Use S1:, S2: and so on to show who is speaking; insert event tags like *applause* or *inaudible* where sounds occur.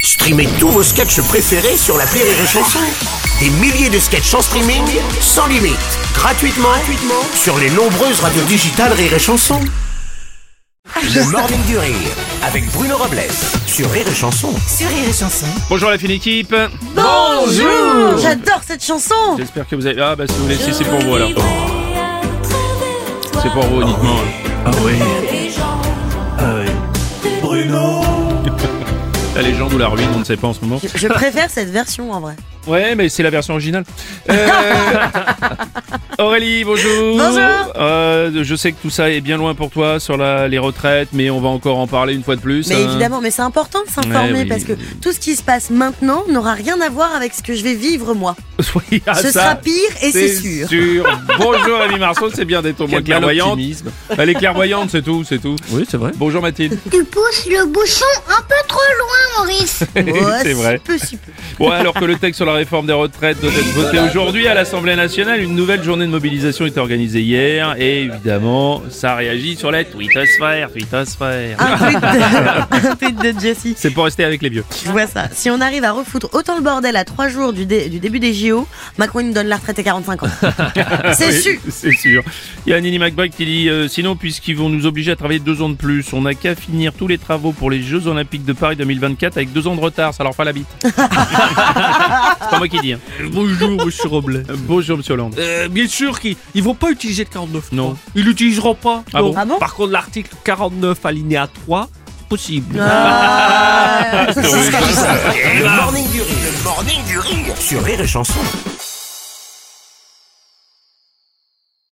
S1: Streamez tous vos sketchs préférés sur la Rire et Chanson. Des milliers de sketchs en streaming, sans limite, gratuitement, gratuitement sur les nombreuses radios digitales Rire et Chanson. Le Morning du Rire avec Bruno Robles sur Rire et Chanson.
S2: sur Rire et Chanson.
S3: Bonjour la fine équipe
S2: Bonjour J'adore cette chanson
S3: J'espère que vous avez... Ah bah si vous voulez, si c'est pour vous alors. C'est pour vous uniquement. La légende ou la ruine, on ne sait pas en ce moment. *laughs*
S2: Je préfère cette version en vrai.
S3: Ouais, mais c'est la version originale. Euh,
S2: *laughs*
S3: Aurélie, bonjour
S2: Bonjour.
S3: Euh, Je sais que tout ça est bien loin pour toi sur la... les retraites, mais on va encore en parler une fois de plus.
S2: Mais
S3: hein.
S2: évidemment, mais c'est important de s'informer
S3: Ouais, oui.
S2: parce que tout ce qui se passe maintenant n'aura rien à voir avec ce que je vais vivre moi.
S3: *laughs* Oui, ah,
S2: Ce
S3: ça,
S2: sera pire et c'est
S3: *laughs*
S2: sûr. *laughs*
S3: Bonjour Amy Marceau, c'est bien d'être au moins clairvoyante. Elle est clairvoyante, c'est tout, c'est tout.
S4: Oui, c'est vrai.
S3: Bonjour Mathilde.
S5: Tu pousses le bouchon un peu trop loin, Maurice.
S2: Ouais,
S3: c'est
S2: si
S3: vrai.
S2: peu, si peu.
S3: Ouais, alors que le texte sur la réforme des retraites doit être voté aujourd'hui à l'Assemblée nationale, une nouvelle journée de mobilisation est organisée hier et évidemment, ça réagit sur la twittosphère, twittosphère.
S2: Un tweet de, *laughs* un tweet de Jessie.
S3: C'est pour rester avec les vieux.
S2: Je vois ça. Si on arrive à refoutre autant le bordel à trois jours du, dé- du début des JO, Macron il nous donne la retraite à
S3: *laughs*
S2: 45 ans. C'est
S3: Oui,
S2: sûr
S3: C'est sûr. Il y a Nini McBride qui dit euh, Sinon, puisqu'ils vont nous obliger à travailler deux ans de plus, on n'a qu'à finir tous les travaux pour les Jeux Olympiques de Paris 2024 avec deux ans de retard, ça leur fera la
S2: *laughs*
S3: bite. C'est pas moi qui dis. hein.
S4: Bonjour, monsieur Robles.
S3: Bonjour, monsieur Hollande.
S4: Euh, bien sûr qu'ils ils vont pas utiliser le 49.
S3: Non.
S4: Non. Ils l'utiliseront pas.
S3: Ah
S4: Non.
S3: bon
S2: Ah bon
S4: Par contre, l'article 49 alinéa 3, possible.
S2: Ah.
S1: Le Morning du Rire, le Morning du Rire sur Rire et Chanson.